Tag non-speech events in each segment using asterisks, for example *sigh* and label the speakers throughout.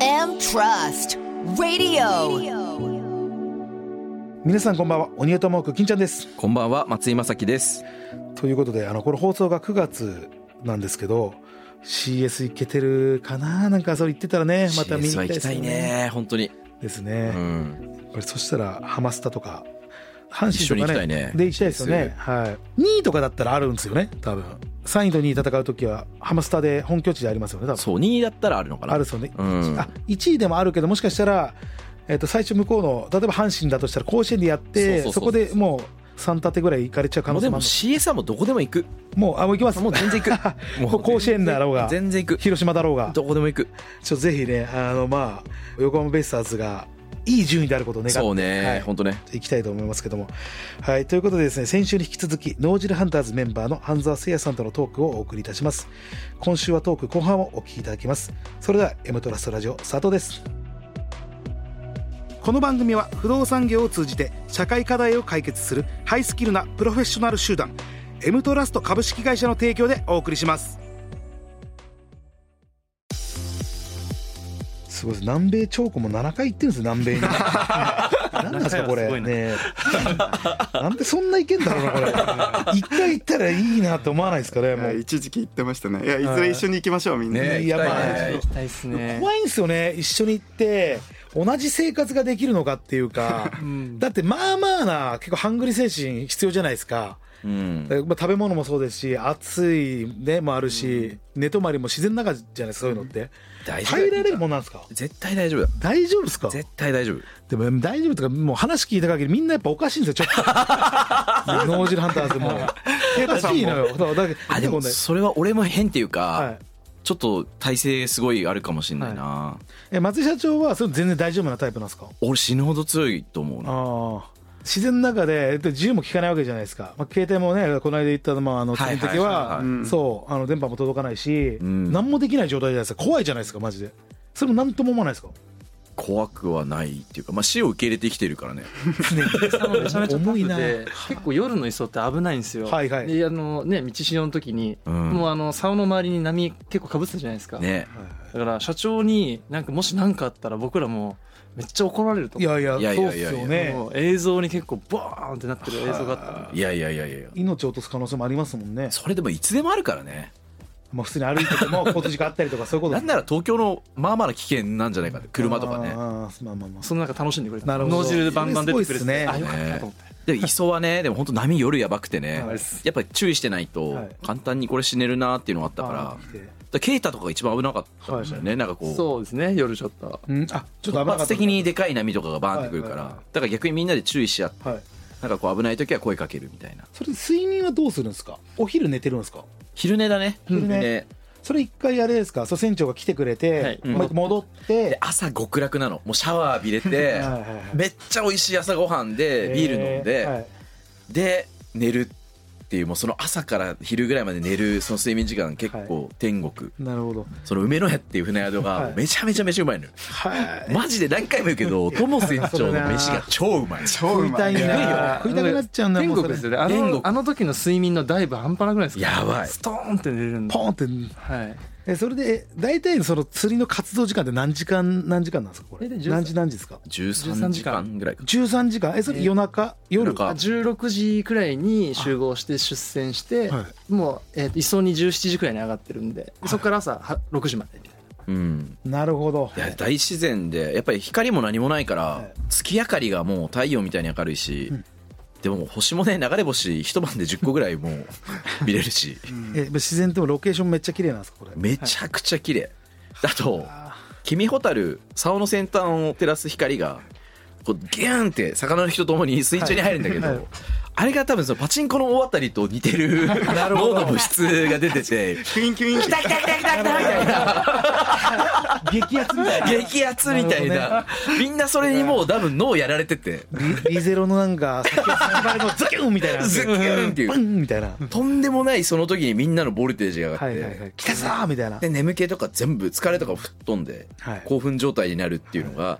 Speaker 1: FM Trust Radio
Speaker 2: 皆さんこんばんは鬼とモーク金ちゃんです
Speaker 3: こんばんは松井正樹です。
Speaker 2: ということであのこの放送が9月なんですけど CS いけてるかななんかそれ言ってたらねまた見に
Speaker 3: CS は
Speaker 2: 行き
Speaker 3: 行
Speaker 2: たい
Speaker 3: き
Speaker 2: で
Speaker 3: た
Speaker 2: す
Speaker 3: い
Speaker 2: よ
Speaker 3: ね本当に。
Speaker 2: です
Speaker 3: う
Speaker 2: ね、
Speaker 3: ん。
Speaker 2: やっぱりそしたらハマスタとか阪
Speaker 3: 一緒
Speaker 2: 神と
Speaker 3: に行き
Speaker 2: かね
Speaker 3: たいね
Speaker 2: で行きたいですよねはい2位とかだったらあるんですよね多分3位と2位戦う時はハマスタで本拠地でありますよね多分
Speaker 3: そう2位だったらあるのかな。
Speaker 2: あるそうね、
Speaker 3: うん
Speaker 2: あ1位でもあるけどもしかしたら、えっと最初向こうの例えば阪神だとしたら甲子園でやって
Speaker 3: そう
Speaker 2: そ
Speaker 3: そうそうそう
Speaker 2: こでもう3立てぐらい行かれちゃう可能
Speaker 3: もう
Speaker 2: 性
Speaker 3: で
Speaker 2: も
Speaker 3: も
Speaker 2: ある
Speaker 3: CS はもうどこでも行く。
Speaker 2: もうあもう行きます
Speaker 3: もう全然
Speaker 2: *laughs*
Speaker 3: 行く。もう
Speaker 2: 甲子園だろうが
Speaker 3: 全然行く。
Speaker 2: 広島だろうが
Speaker 3: どこでも行く。
Speaker 2: ちょぜひねあのまあ横浜ベイスターズがいい順位であることを願って
Speaker 3: そう
Speaker 2: は
Speaker 3: ね
Speaker 2: い
Speaker 3: 本当ね。
Speaker 2: いきたいと思いますけども。はい。ということでですね、先週に引き続き、脳汁ハンターズメンバーの半沢聖也さんとのトークをお送りいたします。今週はトーク後半をお聞きいただきます。それでは、M トラストラジオ、佐藤です。この番組は不動産業を通じて社会課題を解決するハイスキルなプロフェッショナル集団 M トラスト株式会社の提供でお送りしますすごいです南米チョーコも7回行ってるんですよ南米 *laughs* に何なんですかこれねえなんでそんな行けんだろうなこれ1回行ったらいいなって思わないですかねも
Speaker 4: は
Speaker 2: う
Speaker 4: い一時期言ってましたねいやいずれ一緒に行きましょうみんな、
Speaker 3: ね
Speaker 2: いや
Speaker 3: 行き
Speaker 2: まあ
Speaker 3: たいね
Speaker 5: 行きたいですね。
Speaker 2: 怖いんですよね一緒に行って同じ生活ができるのかっていうか、だってまあまあな結構ハングリー精神必要じゃないですか、
Speaker 3: うん。
Speaker 2: だからまあ、食べ物もそうですし暑いねもあるし、寝泊まりも自然の中じゃないですかそういうのって、
Speaker 3: 大丈夫
Speaker 2: 耐えられるもんなんですか
Speaker 3: 絶対大丈夫だ。
Speaker 2: 大丈夫ですか
Speaker 3: 絶対大丈夫。
Speaker 2: でも大丈夫とかもう話聞いた限りみんなやっぱおかしいんですよちょっと脳汁ハンターズもおかしいのよそうだけど
Speaker 3: あでも
Speaker 2: ね
Speaker 3: それは俺も変っていう
Speaker 2: は
Speaker 3: か
Speaker 2: い。
Speaker 3: ちょっと体勢すごいあるかもしれないな。
Speaker 2: え松井社長はそれ全然大丈夫なタイプなんですか
Speaker 3: 俺死ぬほど強いと思うな。
Speaker 2: ああ自然の中でえっと自由も聞かないわけじゃないですか、まあ、携帯もねこの間言ったの,、まあ、あの
Speaker 3: はい
Speaker 2: 次
Speaker 3: はい
Speaker 2: の
Speaker 3: はい
Speaker 2: 時は
Speaker 4: うん
Speaker 2: そうあの電波も届かないし、
Speaker 3: うん
Speaker 2: 何もできない状態じゃないですか怖いじゃないですかマジでそれも何とも思わないですか
Speaker 3: 怖くはないっていうかまあ死を受け入れて生きてるからね。
Speaker 5: あのめちゃめちゃタ
Speaker 2: 重い
Speaker 5: フ
Speaker 2: な
Speaker 5: で結構夜の磯って危ないんですよ。
Speaker 2: はいはい
Speaker 5: であのね道潮の時に、
Speaker 3: うん
Speaker 5: もうあの竿の周りに波結構かぶってたじゃないですか。
Speaker 3: ね。
Speaker 5: だから社長になんかもし何かあったら僕らもめっちゃ怒られると
Speaker 2: い
Speaker 5: 思う。
Speaker 2: やいや
Speaker 3: いやい
Speaker 2: そう
Speaker 3: や
Speaker 2: っ
Speaker 3: い
Speaker 2: す
Speaker 3: やいや
Speaker 2: よ
Speaker 5: も
Speaker 2: ね
Speaker 5: う映像に結構バーンってなってる映像があったんで。
Speaker 3: いやいやいやいや。
Speaker 2: 命を落とす可能性もありますもんね、
Speaker 3: それでもいつでもあるからね。
Speaker 2: まあ、普通に歩いてて
Speaker 3: *laughs*
Speaker 2: も交通事故あったりとかそういうこと
Speaker 3: なんなら東京のまあまあな危険なんじゃないかって車とかね
Speaker 2: あーあーまあまあまあ
Speaker 5: その中楽しんでくれて
Speaker 2: なるほど
Speaker 5: 脳汁バンバン出てくれて
Speaker 2: それすごいっすね
Speaker 5: あよかったと思って、
Speaker 3: でも磯はねでも本当波夜やばくてね
Speaker 2: はい
Speaker 3: やっぱり注意してないと
Speaker 2: はい
Speaker 3: 簡単にこれ死ねるなっていうのがあったからだ
Speaker 2: あ
Speaker 3: か
Speaker 2: ー来て
Speaker 3: らケイタとかが一番危なかったかもしれないねなんかこう
Speaker 5: そうですね夜ちょっと
Speaker 2: うんあちょっと危なか
Speaker 3: 突
Speaker 2: った
Speaker 3: 発的にでかい波とかがバーンってくるか
Speaker 2: はいはい
Speaker 3: ら
Speaker 2: はい
Speaker 3: だから逆にみんなで注意し合って
Speaker 2: はい
Speaker 3: なんかこう危ない時は声かけるみたいな
Speaker 2: それ睡眠はどうするんですかお昼寝てるんですか
Speaker 3: 昼寝だね
Speaker 2: 昼寝それ一回あれですかそう船長が来てくれて、
Speaker 5: はい
Speaker 2: もう一回戻って、
Speaker 3: で朝極楽なのもうシャワー浴びれ
Speaker 2: はい
Speaker 3: て
Speaker 2: はいはい
Speaker 3: めっちゃ美味しい朝ごはんでビール飲ん
Speaker 2: えーは
Speaker 3: で
Speaker 2: い
Speaker 3: で寝るっていうもうその朝から昼ぐらいまで寝るその睡眠時間結構天国
Speaker 2: なるほど
Speaker 3: その梅の屋っていう船
Speaker 2: は
Speaker 3: 宿が
Speaker 2: い
Speaker 3: めちゃめちゃ飯うまいのよ
Speaker 2: はい
Speaker 3: マジで何回も言うけど友船長の飯が超うまい
Speaker 4: 超
Speaker 2: 食
Speaker 4: う
Speaker 2: い
Speaker 4: ま
Speaker 2: た
Speaker 4: い
Speaker 2: い
Speaker 4: ね
Speaker 2: な食いたくなっちゃうんだ
Speaker 5: 天
Speaker 2: もう
Speaker 5: 国
Speaker 2: それ
Speaker 5: ですよねあ
Speaker 3: 天国
Speaker 5: のあの時の睡眠のダイブ半端なくないですか
Speaker 3: やばい
Speaker 5: ストーンって寝れるんで
Speaker 2: ポンって
Speaker 5: はい
Speaker 2: えそれでえ大体その釣りの活動時間って何時間何時間なんですかこれ
Speaker 5: 大体13
Speaker 2: 何時何時ですか
Speaker 3: 13時間ぐらいか
Speaker 2: 13時間えそれ夜中、夜
Speaker 3: 夜か
Speaker 5: 16時くらいに集合して出船して、
Speaker 2: は
Speaker 5: もう、えーと磯に17時くらいに上がってるんで、そこから朝は6時までみたい
Speaker 3: うん
Speaker 2: なるほど
Speaker 3: いや大自然でやっぱり光も何もないから、
Speaker 2: い
Speaker 3: 月明かりがもう太陽みたいに明るいし、でも星もね流れ星一晩で10個ぐらいもう見れるし
Speaker 2: え自然ともロケーションめっちゃ綺麗なんですかこれ
Speaker 3: めちゃくちゃ綺麗あと君ホタル竿の先端を照らす光がこうギューンって魚の人ともに水中に入るんだけど、
Speaker 2: はいはい
Speaker 3: あれが多分そのパチンコの大当たりと似て
Speaker 2: *laughs*
Speaker 3: る脳の物質が出てて
Speaker 4: キュインキュインって
Speaker 2: 激アツみたい
Speaker 3: 激アツみたいなみんなそれにもう多分脳やられてて
Speaker 2: リリゼロのなんか先バレのズキュンみたいな
Speaker 3: *laughs* ズキュンっていう
Speaker 2: バンみたいな
Speaker 3: とんでもないその時にみんなのボルテージが上が
Speaker 2: は
Speaker 3: っ
Speaker 2: い
Speaker 3: て、
Speaker 2: はいはい来たぞーみたいな
Speaker 3: で眠気とか全部疲れとかも吹っ飛んで、
Speaker 2: はい
Speaker 3: 興奮状態になるっていうのが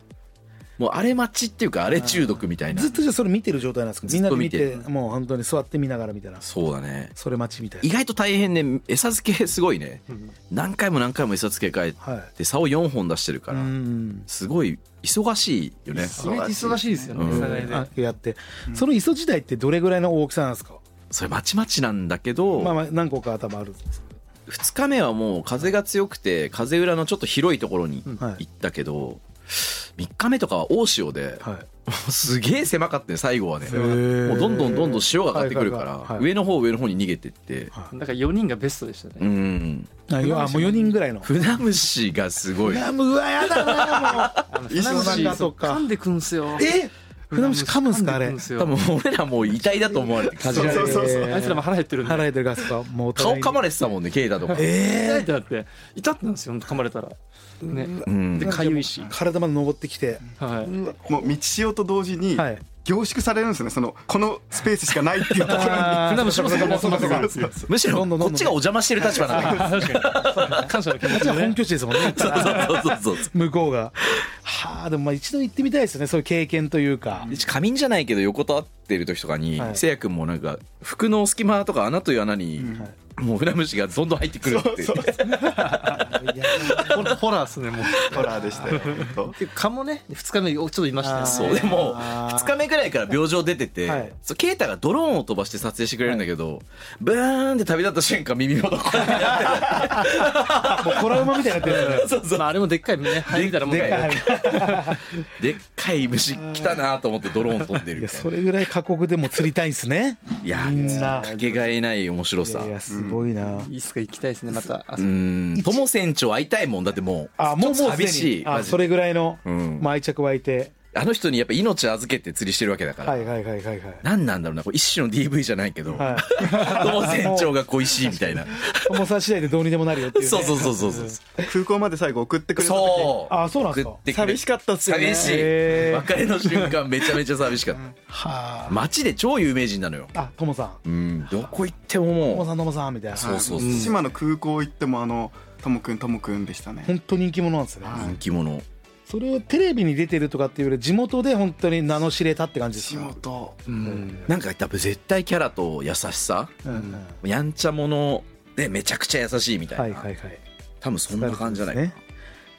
Speaker 3: もうあれ待ちっていうかあれ中毒みたいな
Speaker 2: ずっとじゃあそれ見てる状態なんですかみん
Speaker 3: ずっ
Speaker 2: なで
Speaker 3: と
Speaker 2: 見
Speaker 3: 見て
Speaker 2: てもう本当に座って見ながらみたいな
Speaker 3: そうだね
Speaker 2: それ待ちみたい
Speaker 3: 意
Speaker 2: な
Speaker 3: 外と大変ね餌付けすごいね何回も何回も餌付け変え
Speaker 2: はい
Speaker 3: て竿4本出してるか
Speaker 2: う
Speaker 3: ら
Speaker 2: ん
Speaker 3: すごい忙しいよね
Speaker 5: 意外と忙しいですよね、
Speaker 3: うん
Speaker 5: 餌買いで
Speaker 2: あやってその磯時代ってどれぐらいの大きさなんですか
Speaker 3: それまちまちなんだけど、
Speaker 2: まあまあ何個か頭あるんですけ
Speaker 3: 2日目はもう風が強くて風裏のちょっと広いところに
Speaker 2: どはい
Speaker 3: 行ったけど、3日目とかは大潮で、
Speaker 2: はい
Speaker 3: すげえ狭かったね最後はねも
Speaker 2: も
Speaker 3: うどんどんどんどん潮が上がってくるか
Speaker 2: はいはい
Speaker 3: ら
Speaker 2: はい
Speaker 3: 上の方上の方に逃げてって
Speaker 5: だから4人がベストでしたね、
Speaker 3: うん
Speaker 2: あ要はあもう4人ぐらいの
Speaker 3: 船虫がすごい
Speaker 2: 船虫うわやだなも
Speaker 5: あの
Speaker 4: 一緒の
Speaker 5: 船
Speaker 2: 中
Speaker 5: 虫
Speaker 2: とか
Speaker 5: 噛んでくんすよ
Speaker 2: うえ船虫噛むんすかあれ
Speaker 5: 噛んでくすよ
Speaker 3: 多分俺らもう遺体だと思われて
Speaker 2: そう
Speaker 4: そうそうそう
Speaker 5: あいつらも腹減ってるんで
Speaker 2: 払えてるガスかもうお
Speaker 3: 顔
Speaker 2: 互いに
Speaker 3: 噛まれてたもんねケイタとか、
Speaker 2: え
Speaker 5: 痛いってなって痛ってなんですよほんと噛まれたらね
Speaker 3: うん
Speaker 5: でかゆいし
Speaker 2: 体まで登ってきて
Speaker 5: はい
Speaker 4: もう道潮と同時に
Speaker 2: はい
Speaker 4: 凝縮されるんですよねそのこのスペースしかないっていうところ
Speaker 2: *laughs*
Speaker 4: に
Speaker 2: あー
Speaker 5: 船虫もそこも
Speaker 4: そう
Speaker 5: そこ
Speaker 4: そ
Speaker 5: そうこ
Speaker 4: そうそう
Speaker 3: むしろ
Speaker 2: ど
Speaker 3: こ
Speaker 2: んどんどんどん
Speaker 3: っちがお邪魔してる立場だから
Speaker 5: 確かに感謝の気持
Speaker 2: あっ
Speaker 5: ち
Speaker 2: ち
Speaker 5: で
Speaker 2: は本
Speaker 5: ね
Speaker 2: 拠地ですもんね
Speaker 3: そうそうそうそう
Speaker 2: 向こうがはあでもまあ一度行ってみたいですよねそういう経験というか
Speaker 3: 仮眠じゃないけど横たわってる時とかに
Speaker 2: はい
Speaker 3: せいやくんもなんか服の隙間とか穴という穴にもう船虫がどんどん入ってくるって
Speaker 4: そう
Speaker 5: ホラーホラーですねもう
Speaker 4: ホラーでした
Speaker 2: *laughs*
Speaker 4: よ本当
Speaker 5: で蚊もね2日目ちょっといました
Speaker 2: あー
Speaker 5: ね
Speaker 3: そうでも
Speaker 2: あー
Speaker 3: 2日目ぐらいから病状出てて、
Speaker 2: はい
Speaker 3: そうケイタがドローンを飛ばして撮影してくれるんだけど、ブーンって旅立った瞬間耳元これ
Speaker 2: もうトラウマみたいになってるんですね
Speaker 3: そうそう
Speaker 5: まああれもでっかいね入ったらもう
Speaker 3: でっか
Speaker 2: はい
Speaker 3: いでっかい虫来たなと思ってドローン飛んで
Speaker 2: *laughs*
Speaker 3: る
Speaker 2: いや
Speaker 3: みたいな
Speaker 2: それぐらい過酷でも釣りたいんすね
Speaker 3: いや
Speaker 2: みんな
Speaker 3: かけがえない面白
Speaker 2: い
Speaker 3: さ
Speaker 2: やいやすごいな、
Speaker 5: いいっすか行きたいですねまたあ
Speaker 3: う
Speaker 5: そ
Speaker 3: ん友船長会いたいもんだってもう
Speaker 2: あもう
Speaker 3: ちょ
Speaker 2: も
Speaker 3: っ
Speaker 2: うす
Speaker 3: と
Speaker 2: で
Speaker 3: 寂し
Speaker 2: に
Speaker 3: い
Speaker 2: あ
Speaker 3: マジ
Speaker 2: そ
Speaker 3: で
Speaker 2: れぐらいの、
Speaker 3: うん
Speaker 2: まあ、愛着湧いて
Speaker 3: あの人にやっぱ命預けて釣りしてるわけだから、
Speaker 2: はいはいはいはいはい
Speaker 3: 何なんだろうなこう一種の DV じゃないけど、 *laughs*
Speaker 2: はい
Speaker 3: 友船長が恋しいみた
Speaker 2: *laughs*
Speaker 3: いな
Speaker 2: 友さん次第でどうにでもなるよっていう、ね、
Speaker 3: そうそうそうそうそう
Speaker 4: 空港まで最後送ってくれた時
Speaker 3: そう
Speaker 2: あそうなんですか
Speaker 3: 送ってくれ
Speaker 4: 寂しかったっすよ
Speaker 3: 寂
Speaker 4: ね
Speaker 3: しい
Speaker 2: へー
Speaker 3: 別れの瞬間めちゃめちゃ寂しかった
Speaker 2: はあ
Speaker 3: 街で超有名人なのよ
Speaker 2: あともさん
Speaker 3: うんどこ行って
Speaker 2: と
Speaker 3: も
Speaker 2: も
Speaker 3: も
Speaker 2: さんともさんみたいな
Speaker 3: うそうそうそう
Speaker 4: 対馬の空港行ってもあのともくんともくんでしたね
Speaker 2: 本当人気者なんですね
Speaker 3: 人気者
Speaker 2: それをテレビに出てるとかっていうより地元で本当に名の知れたって感じです
Speaker 4: 仕
Speaker 2: か
Speaker 4: 事
Speaker 2: うん
Speaker 3: なんか多分絶対キャラと優しさ
Speaker 2: うんうんは
Speaker 3: やんちゃ者でめちゃくちゃ優しいみた
Speaker 2: い
Speaker 3: いな、
Speaker 2: はいはい
Speaker 3: 多分そんな感じじゃない、
Speaker 2: ね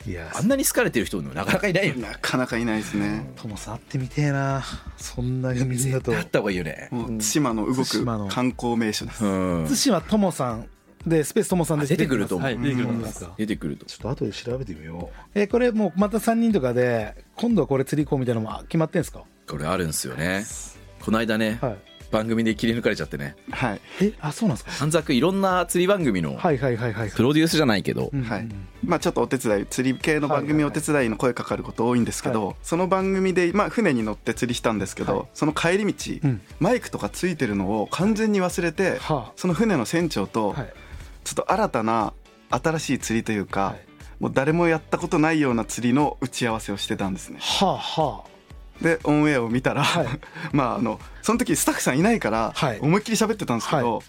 Speaker 2: いや
Speaker 3: あんなに好かれてる人もなかなかいない
Speaker 2: *laughs*
Speaker 3: よね
Speaker 4: なかなかいないですね
Speaker 2: ともさん会ってみてえなそんなにみんなと
Speaker 3: あった方がいいよね
Speaker 4: もう対馬の動
Speaker 2: 対馬の
Speaker 4: く観光名所です
Speaker 3: うん
Speaker 2: 対馬ともさんでスペースともさんで
Speaker 3: あ出てくると思う、
Speaker 5: はい出てくると思います
Speaker 2: ちょ
Speaker 3: 出てくると
Speaker 2: っと後で調べてみようえこれもうまた3人とかで今度はこれ釣り行こうみたいなのもあ決まってんすか
Speaker 3: これあるんですよねこの間ね、
Speaker 2: はい
Speaker 3: 番組で切り抜かれちゃってね
Speaker 4: はい
Speaker 2: えあそうなんですか
Speaker 3: 短冊いろんな釣り番組の
Speaker 2: はいはいはいはい
Speaker 3: プロデュースじゃないけど、
Speaker 2: うんうん
Speaker 4: はいまあ、ちょっとお手伝い釣り系の番組
Speaker 2: はい
Speaker 4: お手伝いの声かかること多いんですけど、
Speaker 2: は
Speaker 4: その番組で、まあ、船に乗って釣りしたんですけど、
Speaker 2: はい
Speaker 4: その帰り道、
Speaker 2: うん
Speaker 4: マイクとかついてるのを完全に忘れて、
Speaker 2: は
Speaker 4: その船の船長
Speaker 2: あ
Speaker 4: と
Speaker 2: はい
Speaker 4: ちょっと新たな新しい釣りというか、
Speaker 2: はい
Speaker 4: もう誰もやったことないような釣りの打ち合わせをしてたんですね。
Speaker 2: はあは
Speaker 4: でオンエアを見たら、
Speaker 2: はい
Speaker 4: *laughs* まああのその時スタッフさんいないから
Speaker 2: はい
Speaker 4: 思いっきり喋ってたんですけど、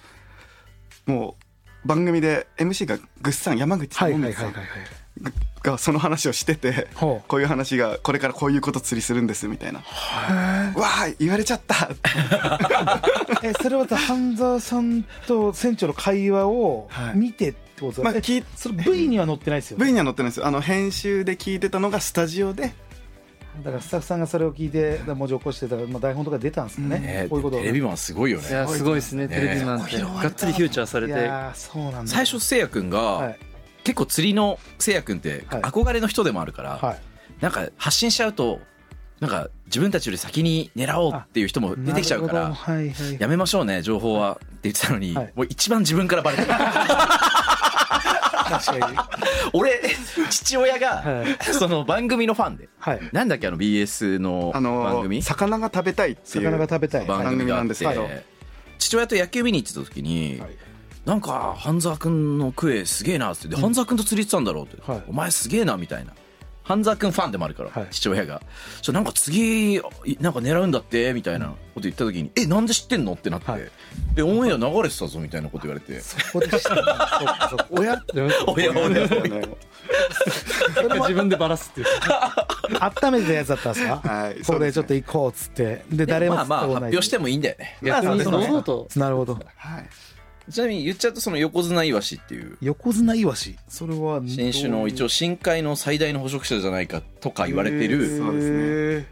Speaker 4: もう番組で MC がぐっさん山口
Speaker 2: あはい
Speaker 4: 智
Speaker 2: はいは
Speaker 4: 光
Speaker 2: い
Speaker 4: さん、
Speaker 2: はいはい
Speaker 4: がその話をしてて
Speaker 2: ほう
Speaker 4: こういう話がこれからこういうこと釣りするんですみたいな「わあ言われちゃ
Speaker 2: *laughs*
Speaker 4: った!
Speaker 2: えそれはさ半沢さんと船長の会話を
Speaker 4: はい
Speaker 2: 見てってことだ、
Speaker 4: まあ
Speaker 2: え
Speaker 4: 聞い
Speaker 2: それ V には載ってないです」よ、
Speaker 4: V には載ってないんですよあの編集で聞いてたのがスタジオで
Speaker 2: だからスタッフさんがそれを聞いて文字起こしてたから、まあ、台本とか出たんですよね、
Speaker 3: ね
Speaker 2: こういうこと
Speaker 3: テレビマンすごいよ
Speaker 5: い
Speaker 3: ね
Speaker 5: やすごいですねテレビマンってがっつりフューチャーされ
Speaker 2: い
Speaker 5: て
Speaker 2: やーそうなんだ
Speaker 3: 最初せいやくんが、
Speaker 2: はい
Speaker 3: 結構釣りのせいやくんって
Speaker 2: はい
Speaker 3: 憧れの人でもあるから、
Speaker 2: はい
Speaker 3: なんか発信しちゃうとなんか自分たちより先に狙おうっていう人も出てきちゃうか
Speaker 2: なる
Speaker 3: ら
Speaker 2: ほどはいはい
Speaker 3: やめましょうね情報はって言ってたのに、
Speaker 2: はい
Speaker 3: もう一番自分からバレ
Speaker 2: *laughs*
Speaker 3: てる
Speaker 2: 確かに
Speaker 3: 俺父親が
Speaker 2: は
Speaker 3: その番組のファンで
Speaker 2: はい
Speaker 3: なんだっけあの BS の
Speaker 4: あの
Speaker 3: 番組、
Speaker 4: 魚が食べたいっていう
Speaker 2: 魚が食べたい
Speaker 3: 番組があって
Speaker 4: 番組なんですけ
Speaker 3: 父親と野球見に行ってた時に、
Speaker 2: はい
Speaker 3: なんか半沢君のクエすげえなっつってで半沢君と釣り行ってたんだろうって、
Speaker 2: はい
Speaker 3: お前すげえなみたいな半沢君ファンでもあるから、
Speaker 2: はい
Speaker 3: 父親がちょなんか次いなんか狙うんだってみたいなこと言った時に「えなんで知ってんの?」ってなって、
Speaker 2: はい
Speaker 3: でオンエア流れてたぞみたいなこと言われ
Speaker 2: *laughs*
Speaker 3: て
Speaker 2: そこでしたそっかそっか親
Speaker 5: でも
Speaker 3: 「おやおやおや
Speaker 5: 自分でバラすっていう。
Speaker 2: 温めてたやつだったんですか
Speaker 4: はい
Speaker 2: こ
Speaker 4: そう
Speaker 2: れ
Speaker 4: で
Speaker 2: ち
Speaker 4: す
Speaker 2: ょっ
Speaker 4: ね
Speaker 2: と行こうっつってで誰も
Speaker 3: まあまあ発表してもいいんだよね
Speaker 5: 逆に堂々と。
Speaker 2: なるほど
Speaker 4: はい
Speaker 3: ちなみに言っちゃうとその横綱イワシっていう
Speaker 2: 横綱イワシそれは
Speaker 3: 新種の一応深海の最大の捕食者じゃないかとか言われてる
Speaker 4: そうですね
Speaker 2: ね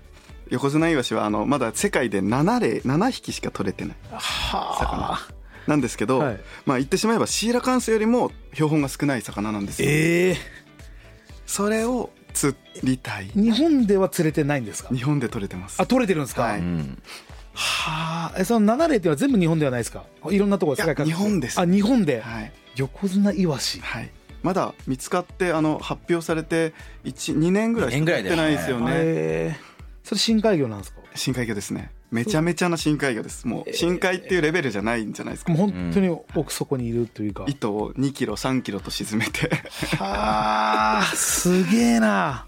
Speaker 4: *laughs* 横綱イワシはあのまだ世界で7例7匹しか取れてない魚なんですけど、
Speaker 2: はい
Speaker 4: まあ言ってしまえばシーラカンスよりも標本が少ない魚なんですよ、
Speaker 2: ええ
Speaker 4: それを釣りたい
Speaker 2: 日本では釣れてないんですか
Speaker 4: 日本で取れてます
Speaker 2: あ取れてるんですか
Speaker 4: は
Speaker 2: は
Speaker 4: いう
Speaker 3: うん
Speaker 2: あえその7例っていうのは全部日本ではないですかいろんなところ世界各地
Speaker 4: いや日本です
Speaker 2: あ日本で
Speaker 4: はい、
Speaker 2: 横綱イワシ
Speaker 4: はい、まだ見つかってあの発表されて12年ぐらいし
Speaker 3: 二年
Speaker 4: か
Speaker 3: ぐらい
Speaker 4: 経
Speaker 3: だよね
Speaker 4: ってないですよね
Speaker 2: ええそれ深海魚なんですか
Speaker 4: 深海魚ですねめちゃめちゃな深海魚ですもう深海っていうレベルじゃないんじゃないですか
Speaker 2: もう本当に奥底にいるというか、
Speaker 4: 糸を2キロ3キロと沈めて
Speaker 2: はあすげえな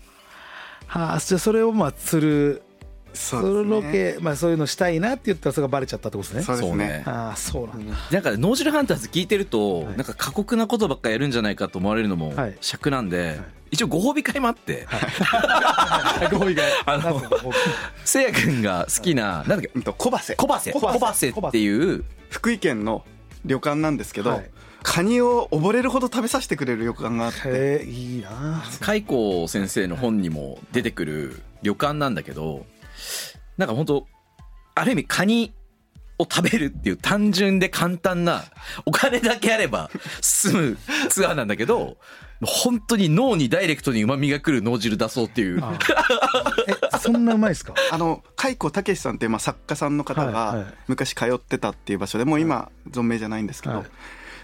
Speaker 2: はあじゃあそれをまあ釣る
Speaker 4: *laughs* そ
Speaker 2: そのロケ、まあ、そういうのしたいなって言ったらそれがバレちゃったってことです
Speaker 4: そ
Speaker 2: ね
Speaker 4: うです
Speaker 3: そう
Speaker 4: ね
Speaker 3: ね
Speaker 2: ああそうなんだ、
Speaker 3: なんかね脳汁ハンターズ聞いてると
Speaker 2: はい
Speaker 3: なんか過酷なことばっかやるんじゃないかと思われるのも
Speaker 2: はい
Speaker 3: 尺なんで一応ご褒美会もあって
Speaker 2: ご意外
Speaker 3: あのせいやくんが好きななんだっけ
Speaker 4: うんと小バセ
Speaker 3: コバセ
Speaker 2: コ
Speaker 3: コ
Speaker 2: バセ
Speaker 3: バセっていう
Speaker 4: 福井県の旅館なんですけど、
Speaker 2: はい
Speaker 4: カニを溺れるほど食べさせてくれる旅館があって
Speaker 2: へえいいな
Speaker 3: 海光先生の本にも出てくる旅館なんだけどなんか本当ある意味カニを食べるっていう単純で簡単なお金だけあれば済むツアーなんだけど本当に脳にダイレクトにうまみがくる脳汁出そうっていう
Speaker 2: あえそんなうまいですか
Speaker 4: あの海子武さんっていうまあ作家さんの方
Speaker 2: はいはい
Speaker 4: が昔通ってたっていう場所でもう今存命じゃないんですけど、
Speaker 2: はい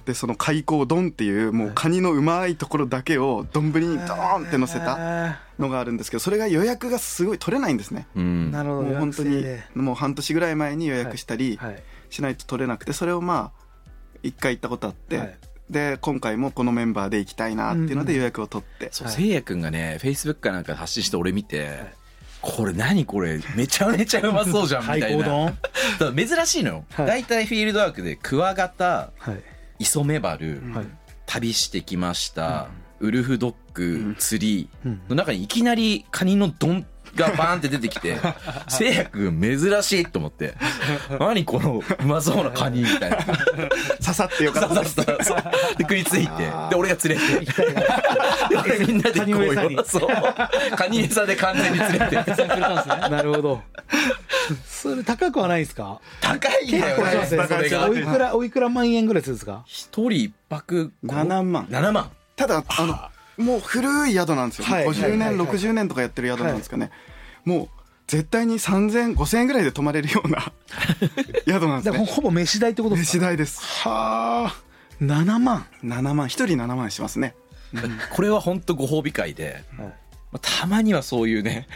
Speaker 4: でその海溝丼っていうもうカニのうまいところだけを丼にドーンって乗せた
Speaker 2: た
Speaker 4: のがあるんですけどそれが予約がすごい取れないんですね。
Speaker 3: うん
Speaker 2: なる
Speaker 4: も
Speaker 2: ほど
Speaker 4: う本当
Speaker 2: 学生
Speaker 4: に
Speaker 2: で
Speaker 4: もう半年ぐらい前に予約したり
Speaker 2: はい
Speaker 4: しないと取れなくてそれをまあ一回行ったことあって、
Speaker 2: はい
Speaker 4: で今回もこのメンバーで行きたいなっていうので予約を取って、
Speaker 3: そう
Speaker 2: はい
Speaker 3: せいやくんがねフェイスブックかなんかで発信して俺見て、これ何これめちゃめちゃうまそう
Speaker 2: *laughs*
Speaker 3: じゃんみたい
Speaker 2: 太
Speaker 3: な
Speaker 2: 鼓丼
Speaker 3: だから珍しいのよ、
Speaker 2: はい
Speaker 3: 大体フィールドワークでクワガタ
Speaker 2: はい
Speaker 3: イソメバル、
Speaker 4: うん
Speaker 2: はい
Speaker 3: 旅してきました、ウルフドッグ釣り
Speaker 2: うん
Speaker 3: の中にいきなりカニの丼がバーンって出てきて
Speaker 2: *laughs*
Speaker 3: せいやくん珍しいと思って何このうまそうなカニみたいな
Speaker 4: 刺さってよか
Speaker 3: そ
Speaker 4: っ
Speaker 3: う
Speaker 4: た
Speaker 3: そう
Speaker 4: です
Speaker 3: そうそうで食いついてで俺が連れてで俺みんなで
Speaker 2: カニ
Speaker 3: こ
Speaker 2: を
Speaker 3: う
Speaker 2: 餌に
Speaker 3: よそうカニ餌で完全に連れて
Speaker 5: たくさんくれたんですね。
Speaker 2: なるほどそれ高くはないですか
Speaker 3: 高いんだよね
Speaker 2: 結構
Speaker 3: それ
Speaker 2: しま
Speaker 3: が
Speaker 2: すねおいくらおいくら万円ぐらいするんですか
Speaker 3: 一人一泊五
Speaker 4: 7万
Speaker 3: 7万
Speaker 4: ただあのもう古い宿なんですよ、
Speaker 2: はい
Speaker 4: 50年、
Speaker 2: はいはいはい
Speaker 4: 60年とかやってる宿なんですかね、もう絶対に30005000円ぐらいで泊まれるよう
Speaker 2: *laughs*
Speaker 4: な宿なんで
Speaker 2: だか
Speaker 4: す
Speaker 2: ら
Speaker 4: ね
Speaker 2: ほぼ飯代ってことです
Speaker 4: 飯
Speaker 2: か
Speaker 4: 代です
Speaker 2: はあ7万
Speaker 4: 7万1人7万しますね
Speaker 3: これは本当ご褒美会で、まあ、たまにはそういうね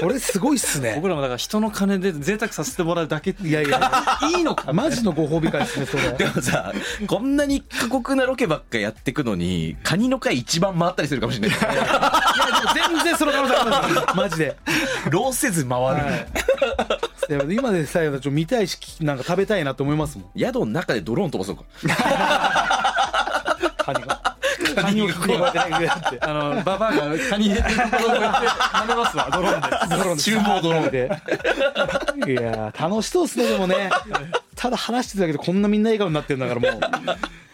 Speaker 2: それすごいっすね
Speaker 5: 僕らもだから人の金で贅沢させてもらうだけ
Speaker 2: いやいやいいのかマジのご褒美会ですねそれ
Speaker 3: でもさ、こんなに過酷なロケばっかやってくのに、カニの回一番回ったりするかも
Speaker 2: *laughs*
Speaker 3: しれない。
Speaker 2: 全然その可能性ありますマジで、
Speaker 3: ローせず回る。
Speaker 2: はい、いや今でさえちょっと見たいしきなんか食べたいなと思いますもん
Speaker 3: 宿の中でドローン飛ばそうか。
Speaker 2: カニがカニをこうやってねこ
Speaker 5: あのババアがカニ入れてるところをこうやって跳ねますわドローンで
Speaker 2: うやってドローンで
Speaker 3: 厨房ドローン
Speaker 2: でいやー楽しそうですねでもねただ話してただけでこんなみんな笑顔になってるんだからもう